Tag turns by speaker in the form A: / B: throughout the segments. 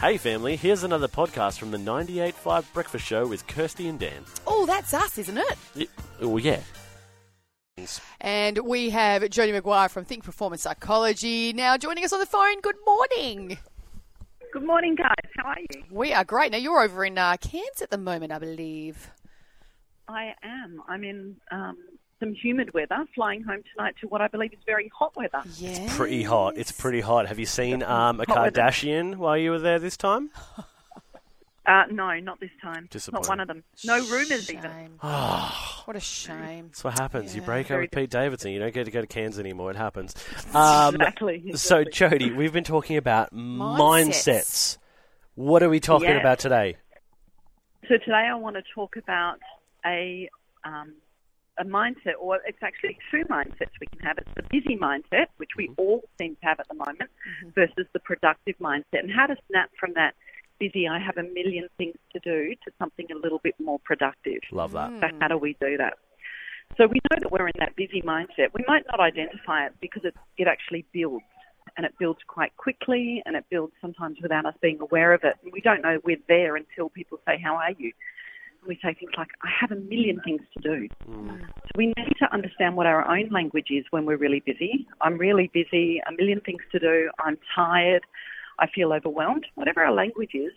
A: Hey, family, here's another podcast from the 98.5 Breakfast Show with Kirsty and Dan.
B: Oh, that's us, isn't it?
A: Y- Oh, yeah.
B: And we have Jody McGuire from Think Performance Psychology now joining us on the phone. Good morning.
C: Good morning, guys. How are you?
B: We are great. Now, you're over in uh, Cairns at the moment, I believe.
C: I am. I'm in um, some humid weather, flying home tonight to what I believe is very hot weather.
B: Yeah.
A: Pretty hot. It's pretty hot. Have you seen um, a
C: Hot weather.
A: Kardashian while you were there this time?
C: Uh, no, not this time.
A: Disappointing.
C: Not one of them. No rumours even.
B: Shame. what a shame.
A: That's what happens. You break up
C: Very
A: with Pete Davidson. You don't get to go to Cairns anymore. It happens. Um,
C: Exactly.
A: So, Jody, we've been talking about mindsets.
B: Mindsets.
A: What are we talking
C: Yes.
A: about today?
C: So today I want to talk about a um, a mindset, or it's actually two mindsets we can have. It's the busy mindset, which we
A: Mm-hmm.
C: all seem to have at the moment, versus the productive mindset, and how to snap from that busy I have a million things to do to something a little bit more productive.
A: Love that.
C: So how do we do that? So we know that we're in that busy mindset. We might not identify it because it, it actually builds. And it builds quite quickly and it builds sometimes without us being aware of it. And we don't know we're there until people say, How are you? And we say things like, I have a million things to do. So we need to understand what our own language is when we're really busy. I'm really busy, a million things to do, I'm tired, I feel overwhelmed, whatever our language is.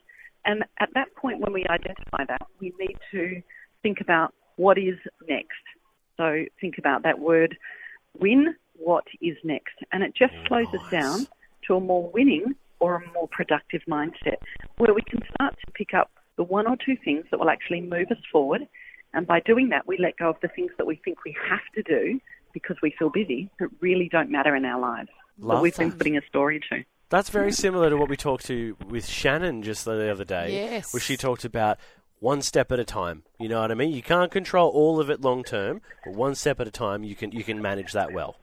C: And at that point, when we identify that, we need to think about what is next. So think about that word win, what is next? And it just slows us down to a more winning or a more productive mindset where we can start to pick up the one or two things that will actually move us forward. And by doing that, we let go of the things that we think we have to do because we feel busy that really don't matter in our lives.
A: Love
C: that we've been
A: that.
C: putting a story to.
A: That's very similar to what we talked to with Shannon just the other day.
B: Yes.
A: Where she talked about one step at a time. You know what I mean? You can't control all of it long term, but one step at a time you can you can manage that well.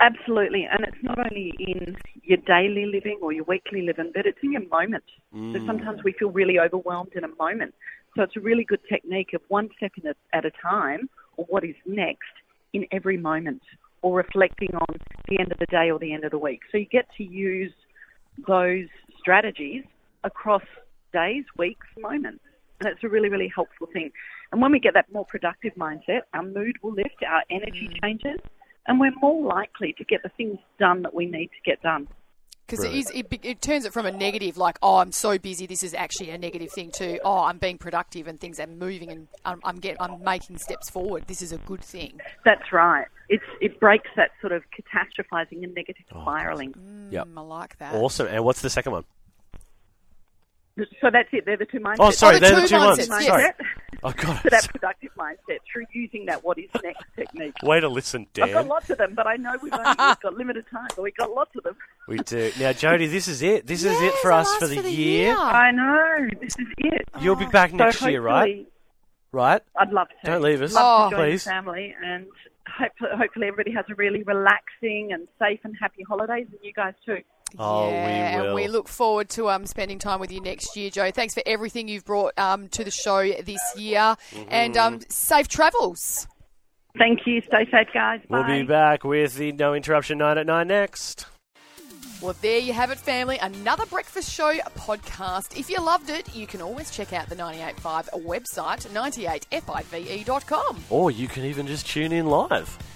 C: Absolutely, and it's not only in your daily living or your weekly living, but it's in your moment. So sometimes we feel really overwhelmed in a moment. So it's a really good technique of one second at- at a time, or what is next in every moment, or reflecting on the end of the day or the end of the week. So you get to use those strategies across days, weeks, moments. And it's a really, really helpful thing. And when we get that more productive mindset, our mood will lift, our energy
A: Mm.
C: changes, and we're more likely to get the things done that we need to get done.
B: Because it, is, it, be- it turns it from a negative, like, oh, I'm so busy, this is actually a negative thing, to, oh, I'm being productive and things are moving and I'm, I'm, get, I'm making steps forward. This is a good thing.
C: That's right. It's, it breaks that sort of catastrophizing and negative
A: Oh,
C: spiraling.
A: Yep.
B: Mm, I like that.
A: Awesome. And what's the second one?
C: So that's it. They're the two mindsets.
A: Oh, sorry,
B: the
A: they're the
B: two
A: two ones.
B: mindsets, yes.
A: Sorry. Oh god.
C: So that productive mindset through using that what is next technique.
A: Way to listen,
C: I've got
A: Dan.
C: lots of them, but I know we've only we've got limited time, but we've got lots of them.
A: We do. Now, Jody, this is it. This is it
B: Yes,
A: for
B: I'll
A: us
B: ask
A: for the, year.
C: I know. This is it.
A: You'll be back next year, right?
C: hopefully-
A: Right?
C: I'd love to.
A: Don't leave us.
C: Love to
A: Oh.
C: join
A: Please.
C: the family, and hopefully, hopefully everybody has a really relaxing and safe and happy holidays, and you guys too.
A: Oh, we
B: yeah,
A: will.
B: and we look forward to um, spending time with you next year, Joe. Thanks for everything you've brought um, to the show this year,
A: Mm-hmm.
B: and um, safe travels.
C: Thank you. Stay safe, guys.
A: We'll be
C: Bye.
A: back with the No Interruption 9 at 9 next.
B: Well, there you have it, family. Another breakfast show podcast. If you loved it, you can always check out the 985 website, 98five.com.
A: Or you can even just tune in live.